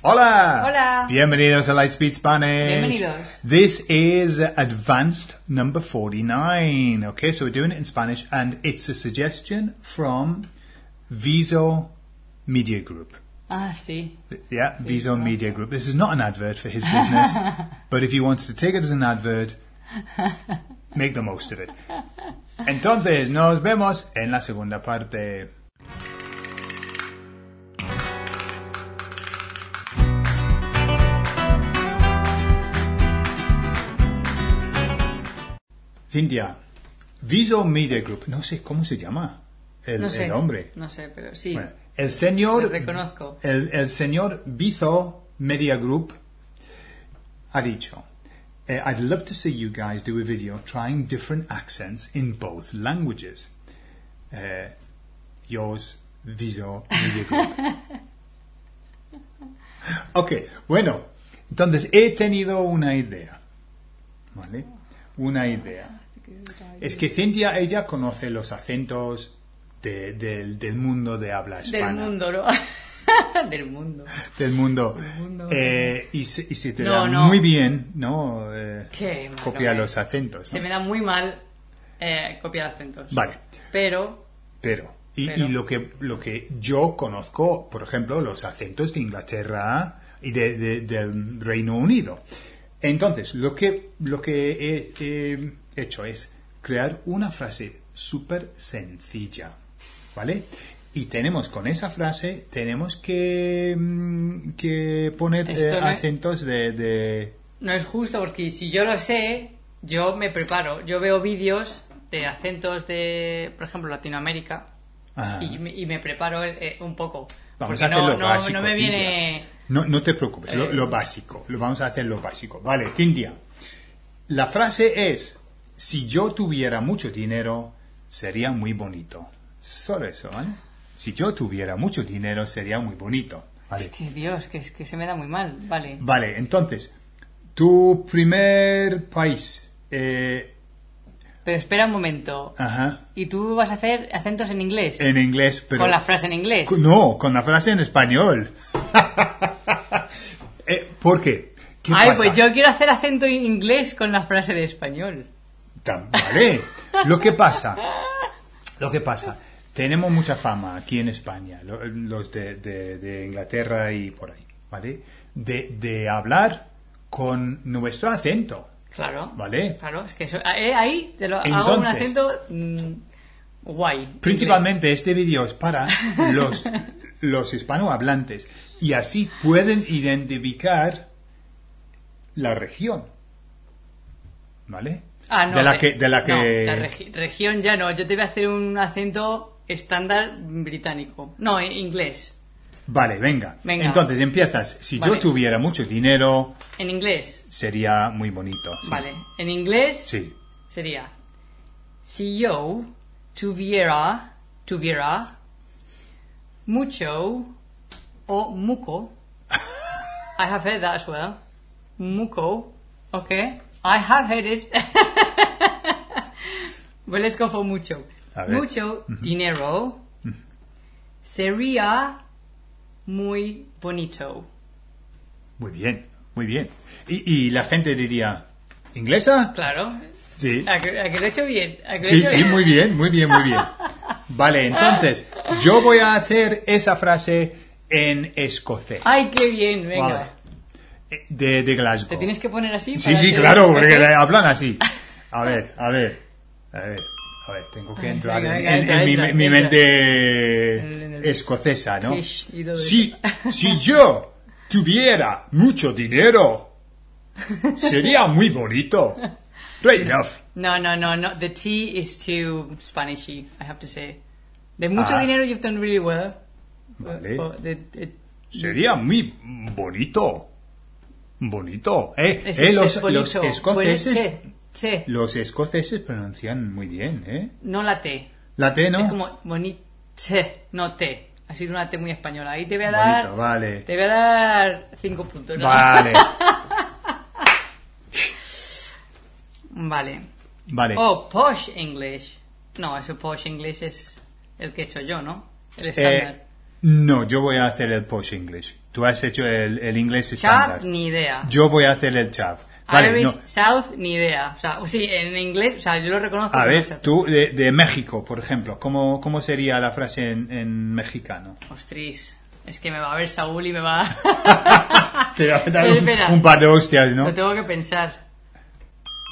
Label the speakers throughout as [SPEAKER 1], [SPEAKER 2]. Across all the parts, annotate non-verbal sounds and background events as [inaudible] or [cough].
[SPEAKER 1] Hola.
[SPEAKER 2] Hola.
[SPEAKER 1] Bienvenidos a Lightspeed Spanish.
[SPEAKER 2] Bienvenidos.
[SPEAKER 1] This is advanced number 49. Okay, so we're doing it in Spanish and it's a suggestion from Viso Media Group.
[SPEAKER 2] Ah, sí.
[SPEAKER 1] Yeah, Viso Media Group. This is not an advert for his
[SPEAKER 2] [laughs]
[SPEAKER 1] business, but if he wants to take it as an advert, make the most of it. Entonces, nos vemos en la segunda parte. Cintia, Viso Media Group. No sé cómo se llama el,
[SPEAKER 2] No sé.
[SPEAKER 1] el hombre.
[SPEAKER 2] No sé, pero sí.
[SPEAKER 1] Bueno, el señor.
[SPEAKER 2] Lo reconozco.
[SPEAKER 1] El, el señor Bizo Media Group ha dicho. "Eh, I'd love to see you guys do a video trying different accents in both languages. Eh, yours, Viso Media
[SPEAKER 2] [laughs]
[SPEAKER 1] Group. ok, bueno, entonces he tenido una idea. ¿Vale? Una idea. Es que Cintia, ella conoce los acentos de- del, del mundo de habla
[SPEAKER 2] Del
[SPEAKER 1] hispana.
[SPEAKER 2] mundo, ¿no? [laughs] Del mundo.
[SPEAKER 1] Del mundo.
[SPEAKER 2] mundo.
[SPEAKER 1] Eh, y, se, y se te
[SPEAKER 2] No,
[SPEAKER 1] da
[SPEAKER 2] no.
[SPEAKER 1] muy bien, ¿no? Eh,
[SPEAKER 2] Qué malo
[SPEAKER 1] copiar
[SPEAKER 2] es.
[SPEAKER 1] los acentos. ¿no?
[SPEAKER 2] Se me da muy mal eh, copiar acentos.
[SPEAKER 1] Vale,
[SPEAKER 2] Pero,
[SPEAKER 1] pero. Y,
[SPEAKER 2] Pero.
[SPEAKER 1] y lo, que, lo que yo conozco, por ejemplo, los acentos de Inglaterra y de- de- del Reino Unido. Entonces, lo que, lo que he, he hecho es crear una frase súper sencilla, ¿vale? Y tenemos con esa frase, tenemos que, mm, que poner
[SPEAKER 2] Esto
[SPEAKER 1] eh,
[SPEAKER 2] no es-
[SPEAKER 1] acentos de- de,
[SPEAKER 2] no es justo porque si yo lo sé, yo me preparo. Yo veo vídeos de acentos de, por ejemplo, Latinoamérica
[SPEAKER 1] Ah.
[SPEAKER 2] y me, y me preparo eh, un poco.
[SPEAKER 1] Vamos
[SPEAKER 2] Porque
[SPEAKER 1] a hacer
[SPEAKER 2] no,
[SPEAKER 1] lo
[SPEAKER 2] no-
[SPEAKER 1] básico.
[SPEAKER 2] no me
[SPEAKER 1] Cintia.
[SPEAKER 2] viene.
[SPEAKER 1] No, no te preocupes, lo,
[SPEAKER 2] Eh.
[SPEAKER 1] lo básico. Lo vamos a hacer lo básico. Vale, Cintia. La frase es: Si yo tuviera mucho dinero, sería muy bonito. Solo eso, ¿vale? Si yo tuviera mucho dinero, sería muy bonito. Vale,
[SPEAKER 2] Es que Dios, que, es que se me da muy mal. Vale.
[SPEAKER 1] vale entonces, tu primer país. eh,
[SPEAKER 2] Pero espera un momento.
[SPEAKER 1] ajá.
[SPEAKER 2] ¿Y tú vas a hacer acentos en inglés?
[SPEAKER 1] Ah. En inglés, pero.
[SPEAKER 2] Con la frase en inglés.
[SPEAKER 1] Cu- No, con la frase en español. [laughs] Eh, ¿Por qué? ¿Qué
[SPEAKER 2] Ay,
[SPEAKER 1] pasa?
[SPEAKER 2] pues yo quiero hacer acento in- inglés con la frase de español.
[SPEAKER 1] Tam- Vale. Lo que pasa, lo que pasa, tenemos mucha fama aquí en España, lo- los de, de- de Inglaterra y por ahí, ¿vale? De, de hablar con nuestro acento,
[SPEAKER 2] Claro.
[SPEAKER 1] ¿vale?
[SPEAKER 2] Claro, es que eso- eh, ahí te lo hago un
[SPEAKER 1] Entonces-
[SPEAKER 2] acento mm, guay.
[SPEAKER 1] Principalmente este vídeo es para los, los hispanohablantes y así pueden identificar la región, ¿vale?
[SPEAKER 2] inglés. Ah, no,
[SPEAKER 1] de la
[SPEAKER 2] eh,
[SPEAKER 1] que, de la que...
[SPEAKER 2] no, la regi- región ya no. Yo te voy a hacer un acento estándar británico. No, eh, inglés.
[SPEAKER 1] Vale, venga.
[SPEAKER 2] Venga.
[SPEAKER 1] Entonces empiezas. Si yo
[SPEAKER 2] Vale.
[SPEAKER 1] tuviera mucho dinero,
[SPEAKER 2] En inglés.
[SPEAKER 1] sería muy bonito. Sí.
[SPEAKER 2] Vale. En inglés
[SPEAKER 1] Sí.
[SPEAKER 2] sería. Si yo tuviera, tuviera mucho
[SPEAKER 1] [laughs]
[SPEAKER 2] o muco. I have heard that as well. Muco. Okay. I have heard it. [laughs] but let's go for mucho.
[SPEAKER 1] A ver.
[SPEAKER 2] Mucho dinero sería muy bonito.
[SPEAKER 1] Muy bien, muy bien. Y, y la gente diría, ¿inglesa?
[SPEAKER 2] Claro.
[SPEAKER 1] Sí.
[SPEAKER 2] ¿A que, a que lo he hecho bien? ¿A que lo he
[SPEAKER 1] Sí,
[SPEAKER 2] hecho
[SPEAKER 1] sí,
[SPEAKER 2] bien?
[SPEAKER 1] muy bien, muy bien, muy bien. Vale, entonces, yo voy a hacer esa frase en escocés.
[SPEAKER 2] Ay, qué bien, Ah, venga.
[SPEAKER 1] Vale. Eh, De, de Glasgow.
[SPEAKER 2] ¿Te tienes que poner así?
[SPEAKER 1] Sí,
[SPEAKER 2] para
[SPEAKER 1] sí,
[SPEAKER 2] hacer-
[SPEAKER 1] claro, porque le hablan
[SPEAKER 2] [laughs]
[SPEAKER 1] así. A ver, a ver, a ver, a ver, tengo que entrar
[SPEAKER 2] venga,
[SPEAKER 1] en-
[SPEAKER 2] venga,
[SPEAKER 1] en,
[SPEAKER 2] entra,
[SPEAKER 1] en mi-
[SPEAKER 2] entra,
[SPEAKER 1] mi,
[SPEAKER 2] entra. En el-
[SPEAKER 1] mente escocesa, ¿no?
[SPEAKER 2] Fish y todo
[SPEAKER 1] Si,
[SPEAKER 2] [laughs]
[SPEAKER 1] si yo tuviera mucho dinero, sería muy bonito. Right enough.
[SPEAKER 2] No, no, no, no. The T is too Spanishy, I have to say. De mucho
[SPEAKER 1] Ah.
[SPEAKER 2] dinero you've done really well. Oh,
[SPEAKER 1] Vale.
[SPEAKER 2] But the- it-
[SPEAKER 1] Sería muy bonito. Bonito. Eh,
[SPEAKER 2] es-
[SPEAKER 1] eh,
[SPEAKER 2] es
[SPEAKER 1] los,
[SPEAKER 2] bonito.
[SPEAKER 1] los
[SPEAKER 2] Pues
[SPEAKER 1] escoceses,
[SPEAKER 2] che, che.
[SPEAKER 1] los escoceses pronuncian muy bien, ¿eh?
[SPEAKER 2] No la T.
[SPEAKER 1] La T, ¿no?
[SPEAKER 2] Es como bonite, no T. Ha sido una T muy española. Ahí te voy a dar...
[SPEAKER 1] Bonito, vale.
[SPEAKER 2] Te voy a dar cinco puntos. ¿no?
[SPEAKER 1] Vale,
[SPEAKER 2] Vale.
[SPEAKER 1] vale.
[SPEAKER 2] Oh, posh English. No, eso posh English es el que he hecho yo, ¿no? El
[SPEAKER 1] Eh,
[SPEAKER 2] estándar.
[SPEAKER 1] No, yo voy a hacer el posh English. Tú has hecho el, el inglés
[SPEAKER 2] Chav,
[SPEAKER 1] estándar.
[SPEAKER 2] ni idea.
[SPEAKER 1] Yo voy a hacer el chav. Vale,
[SPEAKER 2] Irish,
[SPEAKER 1] no.
[SPEAKER 2] South, ni idea. O sea, sí, en inglés, o sea, yo lo reconozco.
[SPEAKER 1] A
[SPEAKER 2] pero no
[SPEAKER 1] ver,
[SPEAKER 2] sé.
[SPEAKER 1] tú de, de México, por ejemplo, ¿cómo, cómo sería la frase en, en
[SPEAKER 2] [laughs]
[SPEAKER 1] mexicano?
[SPEAKER 2] Ostris, es que me va a ver Saúl y me va.
[SPEAKER 1] Te va a dar un,
[SPEAKER 2] Espera.
[SPEAKER 1] un par de hostias, [laughs] ¿no?
[SPEAKER 2] Lo tengo que pensar.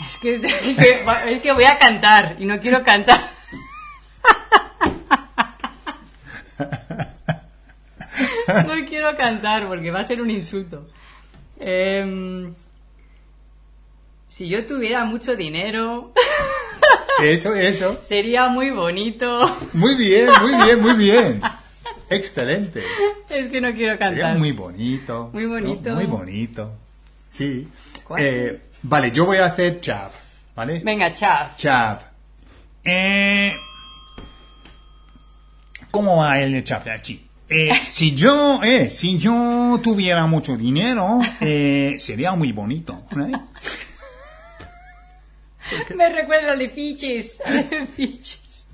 [SPEAKER 2] Es que, es que, es que voy a cantar y no quiero cantar. [laughs] No quiero cantar porque va a ser un insulto. Em, si yo tuviera mucho dinero,
[SPEAKER 1] Eso, eso.
[SPEAKER 2] sería muy bonito. [laughs]
[SPEAKER 1] Muy bien, muy bien, muy bien. Excelente.
[SPEAKER 2] Es que no quiero
[SPEAKER 1] Sería
[SPEAKER 2] cantar.
[SPEAKER 1] muy bonito.
[SPEAKER 2] Muy
[SPEAKER 1] ¿no?
[SPEAKER 2] bonito.
[SPEAKER 1] Muy bonito. Sí.
[SPEAKER 2] ¿Cuál?
[SPEAKER 1] Eh, vale, yo voy a hacer chav, ¿vale?
[SPEAKER 2] Venga, chao.
[SPEAKER 1] Chav. Eh, ¿Cómo va el chav aquí? Eh, si yo eh, si yo tuviera mucho dinero eh, sería muy bonito ¿eh?
[SPEAKER 2] Me recuerda al de Fiches. [laughs] al de Fiches.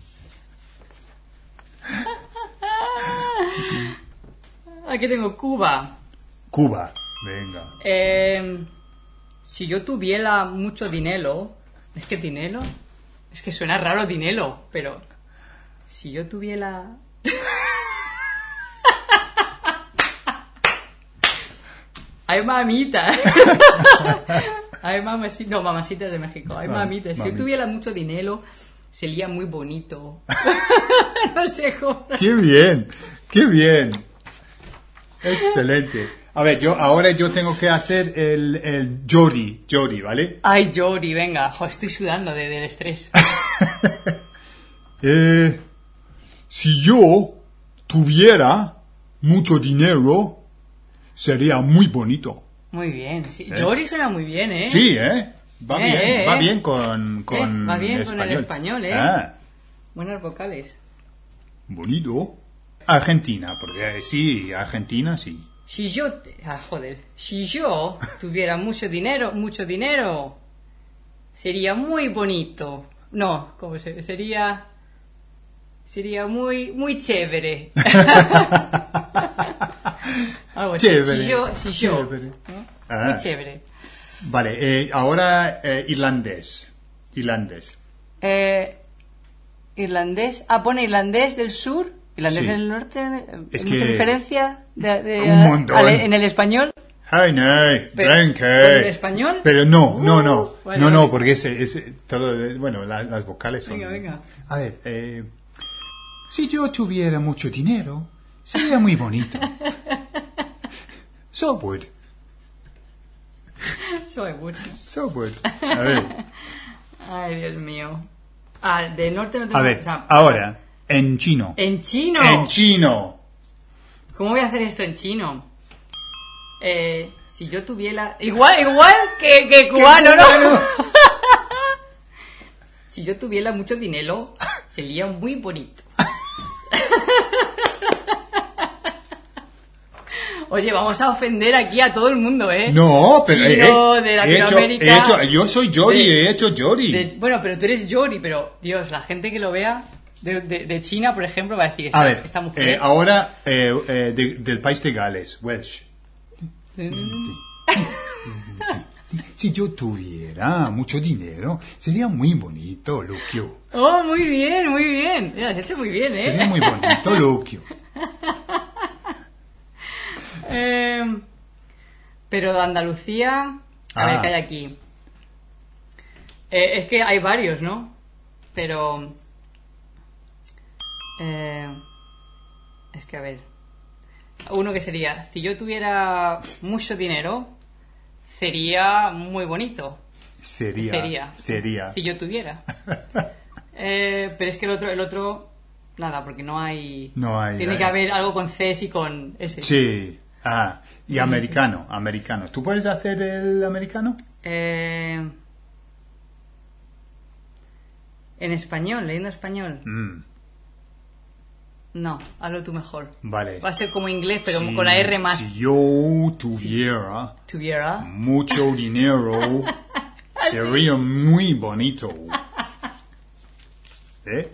[SPEAKER 2] Aquí tengo Cuba.
[SPEAKER 1] Cuba venga
[SPEAKER 2] Eh, si yo tuviera mucho dinero. ¿Es que dinero? Es que suena raro dinero, pero. Si yo tuviera. [laughs] Ay, mamita. [laughs] Ay, mamacita. No, mamacita es de México. Ay,
[SPEAKER 1] Mam-
[SPEAKER 2] mamita. Si yo
[SPEAKER 1] mamita.
[SPEAKER 2] tuviera mucho dinero, sería muy bonito. [laughs] no sé cómo.
[SPEAKER 1] qué bien qué bien excelente a ver yo ahora yo tengo que hacer el el Jody Jody vale
[SPEAKER 2] Ay, Jody, venga. Jo, estoy sudando de- del estrés.
[SPEAKER 1] Eh, si yo tuviera mucho dinero, sería muy bonito.
[SPEAKER 2] Muy bien, sí. Jory suena muy bien, ¿eh?
[SPEAKER 1] Sí, ¿eh? Va
[SPEAKER 2] Eh,
[SPEAKER 1] bien,
[SPEAKER 2] eh,
[SPEAKER 1] va
[SPEAKER 2] eh.
[SPEAKER 1] bien con, con
[SPEAKER 2] va bien con el español, ¿eh?
[SPEAKER 1] Ah,
[SPEAKER 2] Buenas vocales.
[SPEAKER 1] bonito. Argentina, porque eh, sí, Argentina sí.
[SPEAKER 2] Si yo... te- Ah, joder. Si yo tuviera mucho dinero, mucho dinero, sería muy bonito. No, ¿cómo se Sería... Sería muy, muy chévere. [laughs] Algo así.
[SPEAKER 1] Chévere,
[SPEAKER 2] Si Pues yo... Si yo ¿Eh?
[SPEAKER 1] chévere.
[SPEAKER 2] ¿no?
[SPEAKER 1] Ah.
[SPEAKER 2] Muy chévere.
[SPEAKER 1] Vale, eh, ahora eh, irlandés. Irlandés.
[SPEAKER 2] Eh, irlandés... Ah, pone irlandés del sur. Irlandés
[SPEAKER 1] Sí.
[SPEAKER 2] del norte. eh,
[SPEAKER 1] Es
[SPEAKER 2] ¿Mucha
[SPEAKER 1] que-
[SPEAKER 2] diferencia? de- de-
[SPEAKER 1] Un montón.
[SPEAKER 2] al- en el español.
[SPEAKER 1] Ay, no,
[SPEAKER 2] Pero-
[SPEAKER 1] Renke.
[SPEAKER 2] ¿pero en español?
[SPEAKER 1] Pero no, no, no.
[SPEAKER 2] Uh, vale,
[SPEAKER 1] no,
[SPEAKER 2] vale.
[SPEAKER 1] no, porque ese, ese- todo, eh, bueno, la- las vocales son.
[SPEAKER 2] Venga, venga.
[SPEAKER 1] A ver, eh, si yo tuviera mucho dinero, sería muy
[SPEAKER 2] [laughs]
[SPEAKER 1] bonito. so would,
[SPEAKER 2] Soy bueno.
[SPEAKER 1] so would. A ver,
[SPEAKER 2] [laughs] Ay, Dios mío. Ah, de norte no tengo...
[SPEAKER 1] a ver,
[SPEAKER 2] o sea,
[SPEAKER 1] ahora, en chino.
[SPEAKER 2] En chino.
[SPEAKER 1] En chino.
[SPEAKER 2] ¿Cómo voy a hacer esto en chino? Eh, si yo tuviera... Igual, igual que, que cubano, [laughs] ¿no? Si yo tuviera mucho dinero, sería
[SPEAKER 1] [laughs]
[SPEAKER 2] muy bonito. Oye, vamos a ofender aquí a todo el mundo, ¿eh?
[SPEAKER 1] No, pero eh,
[SPEAKER 2] Chino,
[SPEAKER 1] eh,
[SPEAKER 2] de
[SPEAKER 1] he hecho-
[SPEAKER 2] Latinoamérica.
[SPEAKER 1] he hecho- yo soy Jody,
[SPEAKER 2] De-
[SPEAKER 1] he hecho Jody.
[SPEAKER 2] De- bueno, pero tú eres Yori, pero Dios, la gente que lo vea de, de- de China, por ejemplo, va a decir, esta,
[SPEAKER 1] a ver,
[SPEAKER 2] esta mujer...
[SPEAKER 1] eh, ahora eh, eh, de- del país de Gales, Welsh. Si yo tuviera mucho dinero, sería muy bonito, Lucio.
[SPEAKER 2] Oh, muy bien, muy bien. Mira, has hecho muy bien,
[SPEAKER 1] Sería
[SPEAKER 2] ¿eh? [laughs]
[SPEAKER 1] muy bonito, Lucio.
[SPEAKER 2] Em, pero de Andalucía... A
[SPEAKER 1] Ah.
[SPEAKER 2] ver qué hay aquí. Eh, es que hay varios, ¿no? Pero... eh, es que, a ver... Uno que sería, si yo tuviera mucho dinero, sería muy bonito.
[SPEAKER 1] Sería.
[SPEAKER 2] Sería.
[SPEAKER 1] Sería.
[SPEAKER 2] Si yo
[SPEAKER 1] [laughs]
[SPEAKER 2] tuviera. Eh, pero es que el otro, el otro, nada, porque no hay.
[SPEAKER 1] No hay,
[SPEAKER 2] Tiene
[SPEAKER 1] hay.
[SPEAKER 2] que haber algo con C y con S.
[SPEAKER 1] Sí. Ah, y americano, americano. ¿Tú puedes hacer el americano?
[SPEAKER 2] Eh, en español, leyendo español.
[SPEAKER 1] Mm,
[SPEAKER 2] No, hazlo tú mejor.
[SPEAKER 1] vale.
[SPEAKER 2] Va a ser como inglés, pero
[SPEAKER 1] Si-
[SPEAKER 2] con la R más.
[SPEAKER 1] Si yo tuviera
[SPEAKER 2] Tuviera.
[SPEAKER 1] mucho
[SPEAKER 2] [laughs]
[SPEAKER 1] dinero, sería muy bonito. ¿Eh?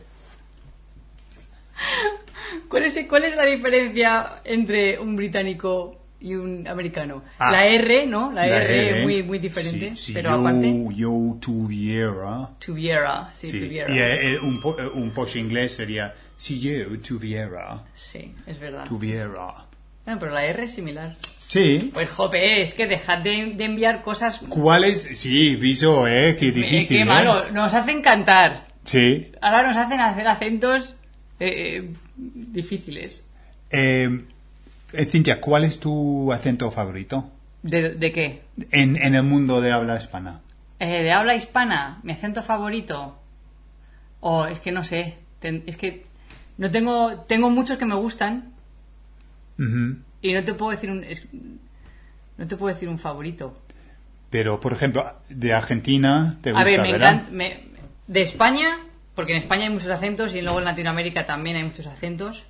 [SPEAKER 2] ¿Cuál es, ¿Cuál es la diferencia entre un británico y un americano?
[SPEAKER 1] Ah.
[SPEAKER 2] la R, ¿no? La,
[SPEAKER 1] La
[SPEAKER 2] R,
[SPEAKER 1] R,
[SPEAKER 2] muy, muy diferente.
[SPEAKER 1] Si, si
[SPEAKER 2] pero
[SPEAKER 1] yo,
[SPEAKER 2] aparte,
[SPEAKER 1] yo tuviera...
[SPEAKER 2] tuviera, sí,
[SPEAKER 1] sí,
[SPEAKER 2] tuviera.
[SPEAKER 1] Y eh, eh, un, po- eh, un posh inglés sería, si yo tuviera,
[SPEAKER 2] Sí, es verdad.
[SPEAKER 1] tuviera.
[SPEAKER 2] No, pero la R es similar.
[SPEAKER 1] Sí.
[SPEAKER 2] Pues jope, es que dejad de, de enviar cosas...
[SPEAKER 1] ¿Cuál es? Sí, viso, ¿eh? Qué
[SPEAKER 2] Eh,
[SPEAKER 1] difícil,
[SPEAKER 2] qué
[SPEAKER 1] ¿eh?
[SPEAKER 2] malo, nos hacen cantar.
[SPEAKER 1] Sí.
[SPEAKER 2] Ahora nos hacen hacer acentos eh, eh, difíciles.
[SPEAKER 1] Eh, eh, Cintia, ¿cuál es tu acento favorito
[SPEAKER 2] ¿De, de qué?
[SPEAKER 1] en, en el mundo de habla hispana?
[SPEAKER 2] Eh, ¿De habla hispana? ¿Mi acento favorito? O es que no sé. ten- es que no tengo... Tengo muchos que me gustan
[SPEAKER 1] Ujú.
[SPEAKER 2] y no te puedo decir un... es- no te puedo decir un favorito.
[SPEAKER 1] Pero, por ejemplo, de Argentina te gusta,
[SPEAKER 2] A ver, me
[SPEAKER 1] ¿verdad?
[SPEAKER 2] encanta... me- de España, porque en España hay muchos acentos y luego en Latinoamérica también hay muchos acentos.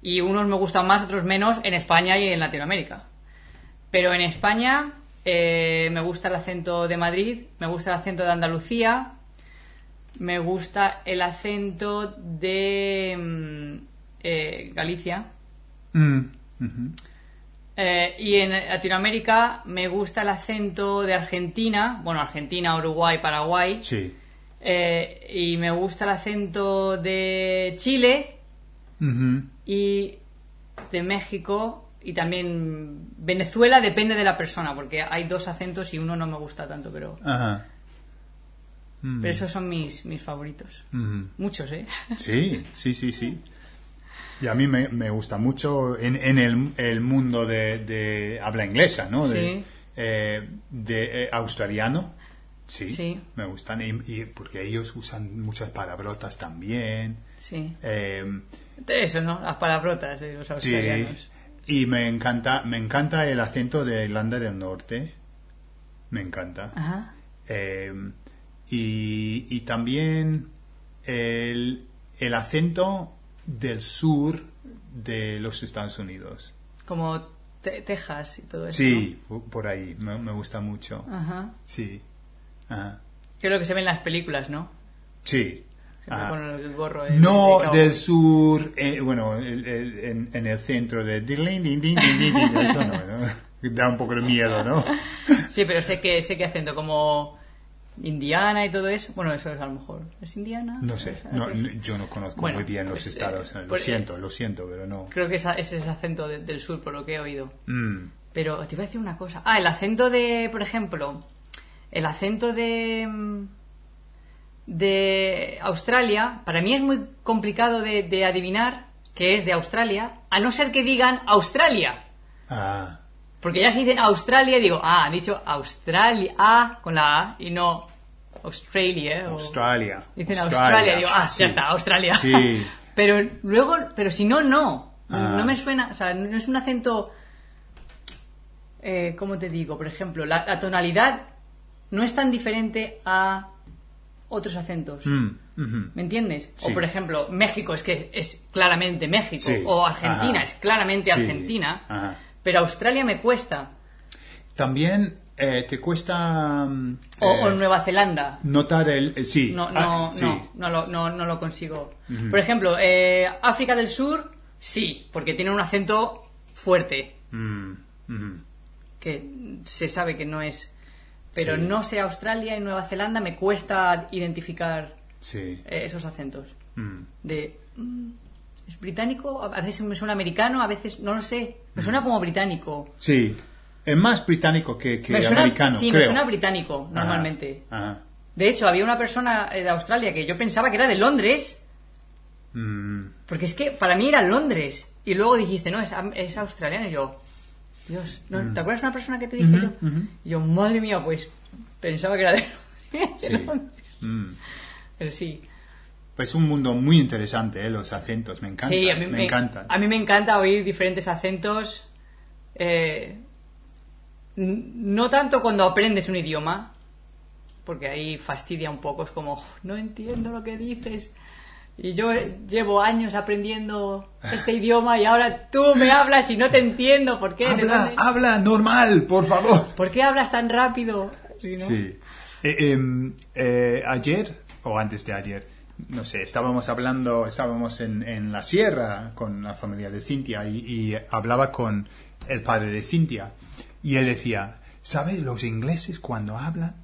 [SPEAKER 2] Y unos me gustan más, otros menos en España y en Latinoamérica. Pero en España eh, me gusta el acento de Madrid, me gusta el acento de Andalucía, me gusta el acento de mm, eh, Galicia.
[SPEAKER 1] Mm, ujú.
[SPEAKER 2] Eh, y en Latinoamérica me gusta el acento de Argentina, bueno, Argentina, Uruguay, Paraguay.
[SPEAKER 1] Sí.
[SPEAKER 2] Eh, y me gusta el acento de Chile
[SPEAKER 1] Ujú.
[SPEAKER 2] y de México y también Venezuela depende de la persona porque hay dos acentos y uno no me gusta tanto pero,
[SPEAKER 1] Ajá. Mm,
[SPEAKER 2] pero esos son mis, mis favoritos
[SPEAKER 1] ujú.
[SPEAKER 2] muchos eh [laughs]
[SPEAKER 1] Sí, sí, sí, sí. Y a mí me, me gusta mucho en, en el, el mundo de, de habla inglesa, ¿no? De,
[SPEAKER 2] Sí.
[SPEAKER 1] eh, de eh, australiano. Sí,
[SPEAKER 2] Sí.
[SPEAKER 1] Me gustan. Y, y porque ellos usan muchas palabrotas también.
[SPEAKER 2] sí
[SPEAKER 1] Eh,
[SPEAKER 2] de eso no las palabrotas de los
[SPEAKER 1] sí.
[SPEAKER 2] australianos
[SPEAKER 1] Y me encanta, me encanta el acento de Irlanda del Norte. Me encanta.
[SPEAKER 2] Ajá.
[SPEAKER 1] Eh, y, y también el, el acento del sur de los Estados Unidos.
[SPEAKER 2] como Te- Texas y todo eso Ah.
[SPEAKER 1] Sí, pu- por ahí, me, me gusta mucho.
[SPEAKER 2] ¿no? Ajá.
[SPEAKER 1] Sí. Ajá.
[SPEAKER 2] que es lo que se ve en las películas no
[SPEAKER 1] Sí.
[SPEAKER 2] Siempre
[SPEAKER 1] Ajá.
[SPEAKER 2] con el gorro de-
[SPEAKER 1] No
[SPEAKER 2] de cowboy.
[SPEAKER 1] del sur, eh, bueno, el- el- en, en el centro de... Dirling, din, din, din, din, din, eso no, ¿no? [laughs] Da un poco de miedo, ¿no?
[SPEAKER 2] Sí, pero sé que sé que acento como Indiana y todo eso. Bueno, eso es a lo mejor. ¿Es Indiana?
[SPEAKER 1] No
[SPEAKER 2] [laughs]
[SPEAKER 1] sé, no, no, yo no conozco
[SPEAKER 2] Bueno,
[SPEAKER 1] muy bien los
[SPEAKER 2] pues, eh,
[SPEAKER 1] estados. Lo
[SPEAKER 2] por-
[SPEAKER 1] siento, lo siento, pero no.
[SPEAKER 2] Creo que es, a- es ese acento de- del sur, por lo que he oído.
[SPEAKER 1] Mm,
[SPEAKER 2] Pero te iba a decir una cosa. Ah, el acento de, por ejemplo, el acento de mm, de Australia, para mí es muy complicado de, de adivinar que es de Australia, a no ser que digan Australia.
[SPEAKER 1] Ah,
[SPEAKER 2] Porque ya si dicen Australia, digo, ah, han dicho Australia ah, con la A y no Australia. ¿eh? o-
[SPEAKER 1] Australia.
[SPEAKER 2] Oh. Dicen Australia, digo, ah,
[SPEAKER 1] sí.
[SPEAKER 2] ya está, Australia.
[SPEAKER 1] Sí.
[SPEAKER 2] [laughs] Pero luego, pero si no, no.
[SPEAKER 1] Ah.
[SPEAKER 2] No me suena, o sea, no es un acento. Eh, ¿Cómo te digo? Por ejemplo, la, la tonalidad no es tan diferente a otros acentos.
[SPEAKER 1] Mm, mhm.
[SPEAKER 2] ¿Me entiendes?
[SPEAKER 1] Sí.
[SPEAKER 2] O por ejemplo, México es que es claramente México.
[SPEAKER 1] Sí.
[SPEAKER 2] O Argentina
[SPEAKER 1] Ajá.
[SPEAKER 2] es claramente
[SPEAKER 1] Sí.
[SPEAKER 2] Argentina.
[SPEAKER 1] Ajá.
[SPEAKER 2] Pero Australia me cuesta.
[SPEAKER 1] También eh, te cuesta mm,
[SPEAKER 2] O,
[SPEAKER 1] eh,
[SPEAKER 2] o Nueva Zelanda.
[SPEAKER 1] notar el, el- sí.
[SPEAKER 2] No,
[SPEAKER 1] Ah,
[SPEAKER 2] no,
[SPEAKER 1] sí.
[SPEAKER 2] no, no lo, no, no lo consigo. Por ejemplo, eh, África del Sur, sí, porque tiene un acento fuerte,
[SPEAKER 1] Mm, mhm.
[SPEAKER 2] que se sabe que no es. Pero
[SPEAKER 1] Sí.
[SPEAKER 2] no sé, Australia y Nueva Zelanda me cuesta identificar
[SPEAKER 1] Sí.
[SPEAKER 2] eh, esos acentos.
[SPEAKER 1] Mm.
[SPEAKER 2] De. mm, ¿Es británico? A veces me suena americano, a veces no lo sé. Me
[SPEAKER 1] Mm.
[SPEAKER 2] suena como británico.
[SPEAKER 1] Sí. Es más británico que, que
[SPEAKER 2] me suena,
[SPEAKER 1] americano,
[SPEAKER 2] sí, me
[SPEAKER 1] creo.
[SPEAKER 2] suena británico,
[SPEAKER 1] Ajá,
[SPEAKER 2] normalmente.
[SPEAKER 1] Ajá.
[SPEAKER 2] De hecho, había una persona eh, de Australia que yo pensaba que era de Londres. [laughs]
[SPEAKER 1] Mm,
[SPEAKER 2] Porque es que para mí era Londres. Y luego dijiste, no, es, am- es australiano. Y yo, Dios, ¿no? ¿te acuerdas de una persona que te dije yo? Y yo, madre mía, pues pensaba que era de [laughs] Londres.
[SPEAKER 1] sí. Mm.
[SPEAKER 2] Pero sí.
[SPEAKER 1] Pues un mundo muy interesante, ¿eh? los acentos, me encanta.
[SPEAKER 2] sí, a mí
[SPEAKER 1] me, encantan.
[SPEAKER 2] A mí me encanta oír diferentes acentos. eh, n- no tanto cuando aprendes un idioma, porque ahí fastidia un poco. Es como, "Uf, no entiendo lo que dices. Y yo eh, llevo años aprendiendo
[SPEAKER 1] [laughs]
[SPEAKER 2] este idioma y ahora tú me hablas y no te entiendo. ¿Por qué? ¿De
[SPEAKER 1] Habla,
[SPEAKER 2] dónde?
[SPEAKER 1] habla normal, por favor.
[SPEAKER 2] [laughs] ¿Por qué hablas tan rápido? Sí, ¿no?
[SPEAKER 1] Sí. Eh, em, eh, ayer, o antes de ayer, no sé, estábamos hablando, estábamos en, en la sierra con la familia de Cintia y, y hablaba con el padre de Cintia y él decía, ¿sabes los ingleses cuando hablan?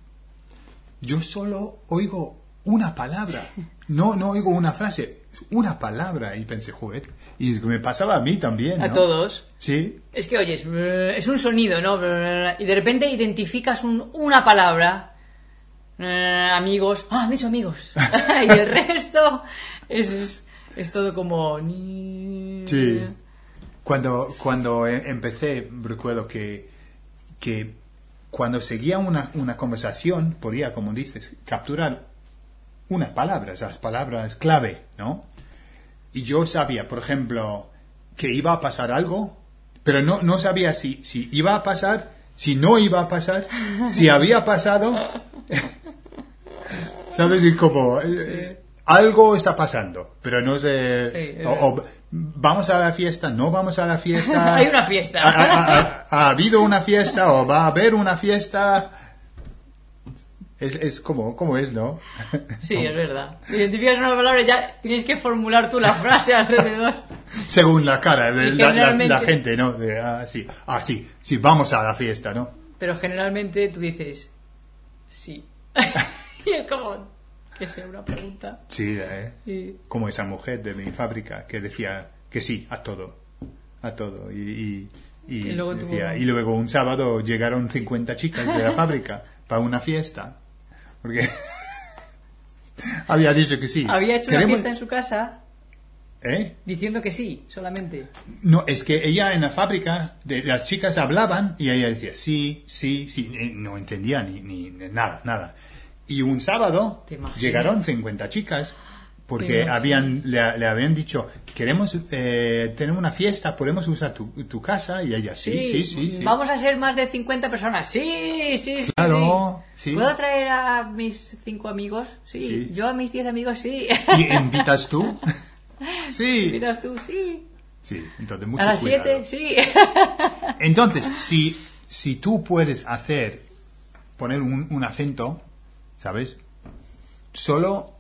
[SPEAKER 1] Yo solo oigo una palabra, no, no oigo una frase, una palabra y pensé, joder, y es que me pasaba a mí también. ¿no?
[SPEAKER 2] A todos.
[SPEAKER 1] Sí,
[SPEAKER 2] Es que oyes, brr, es un sonido, ¿no? Brr, Y de repente identificas un- una palabra. Brr, Amigos. Ah, mis amigos. [laughs] y el resto es, es todo como...
[SPEAKER 1] Sí. Cuando, cuando e- empecé, recuerdo que, que cuando seguía una, una conversación, podía, como dices, capturar unas palabras, las palabras clave, ¿no? Y yo sabía, por ejemplo, que iba a pasar algo, pero no, no sabía si, si iba a pasar, si no iba a pasar, si había pasado. [laughs] ¿Sabes? Y como... eh, eh, Algo está pasando, pero no sé...
[SPEAKER 2] Sí,
[SPEAKER 1] o-
[SPEAKER 2] eh.
[SPEAKER 1] o vamos a la fiesta, no vamos a la fiesta.
[SPEAKER 2] [laughs] [laughs] Hay una fiesta.
[SPEAKER 1] Ha, ha- ha- ha habido una fiesta o va a haber una fiesta. Es, es como, como es, ¿no?
[SPEAKER 2] Sí, es verdad. Identificas una palabra y ya tienes que formular tú la frase alrededor.
[SPEAKER 1] Según la cara de
[SPEAKER 2] Y
[SPEAKER 1] la, la-
[SPEAKER 2] generalmente-
[SPEAKER 1] la gente, ¿no? De, ah, sí, ah, sí, sí, vamos a la fiesta, ¿no?
[SPEAKER 2] Pero generalmente tú dices... Sí. [laughs] y es como... Que sea una pregunta.
[SPEAKER 1] Sí, eh,
[SPEAKER 2] Y-
[SPEAKER 1] como esa mujer de mi fábrica que decía que sí a todo, a todo. Y, y, y
[SPEAKER 2] Y luego tuvo-
[SPEAKER 1] decía- y luego un sábado llegaron 50 chicas de
[SPEAKER 2] [laughs]
[SPEAKER 1] la fábrica para una fiesta, porque [laughs] había dicho que sí.
[SPEAKER 2] Había hecho una
[SPEAKER 1] Queremos-
[SPEAKER 2] fiesta en su casa
[SPEAKER 1] ¿Eh?
[SPEAKER 2] diciendo que sí, solamente.
[SPEAKER 1] No, es que ella en la fábrica, de, las chicas hablaban y ella decía sí, sí, sí, eh, no entendía ni, ni nada, nada. Y un sábado
[SPEAKER 2] ¿Te imaginas?
[SPEAKER 1] llegaron 50 chicas
[SPEAKER 2] ¿Te
[SPEAKER 1] porque
[SPEAKER 2] imaginas?
[SPEAKER 1] habían, le, le habían dicho, queremos eh, tener una fiesta, podemos usar tu, tu casa y ella sí, sí, sí. sí.
[SPEAKER 2] Vamos a ser más de 50 personas. Sí, sí, sí.
[SPEAKER 1] Claro,
[SPEAKER 2] sí.
[SPEAKER 1] sí.
[SPEAKER 2] ¿Puedo traer a mis cinco amigos? Sí.
[SPEAKER 1] Sí.
[SPEAKER 2] Yo a mis 10 amigos, sí.
[SPEAKER 1] ¿Y invitas
[SPEAKER 2] [laughs]
[SPEAKER 1] tú? sí.
[SPEAKER 2] Miras tú, sí.
[SPEAKER 1] Sí, entonces mucho
[SPEAKER 2] A las
[SPEAKER 1] cuidado.
[SPEAKER 2] 7, sí. [laughs]
[SPEAKER 1] Entonces, si, si tú puedes hacer, poner un, un acento, ¿sabes? Solo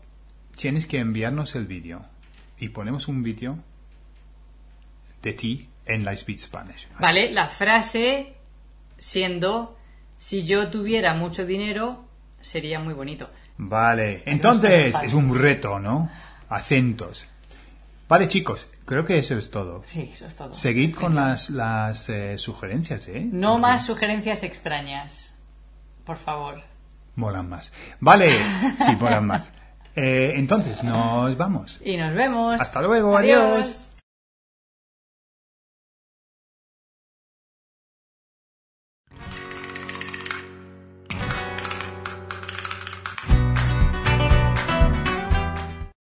[SPEAKER 1] tienes que enviarnos el vídeo. Y ponemos un vídeo de ti en Lightspeed Spanish.
[SPEAKER 2] Vale, la frase siendo, si yo tuviera mucho dinero, sería muy bonito.
[SPEAKER 1] Vale, entonces
[SPEAKER 2] Vale.
[SPEAKER 1] es un reto, ¿no? Acentos. Vale, chicos, creo que eso es todo.
[SPEAKER 2] Sí, eso es todo.
[SPEAKER 1] Seguid con las, las eh, sugerencias, ¿eh?
[SPEAKER 2] No más sugerencias extrañas. Por favor.
[SPEAKER 1] Molan más. Vale,
[SPEAKER 2] [laughs]
[SPEAKER 1] sí, molan más. Eh, entonces, nos vamos.
[SPEAKER 2] Y nos vemos.
[SPEAKER 1] Hasta luego, adiós.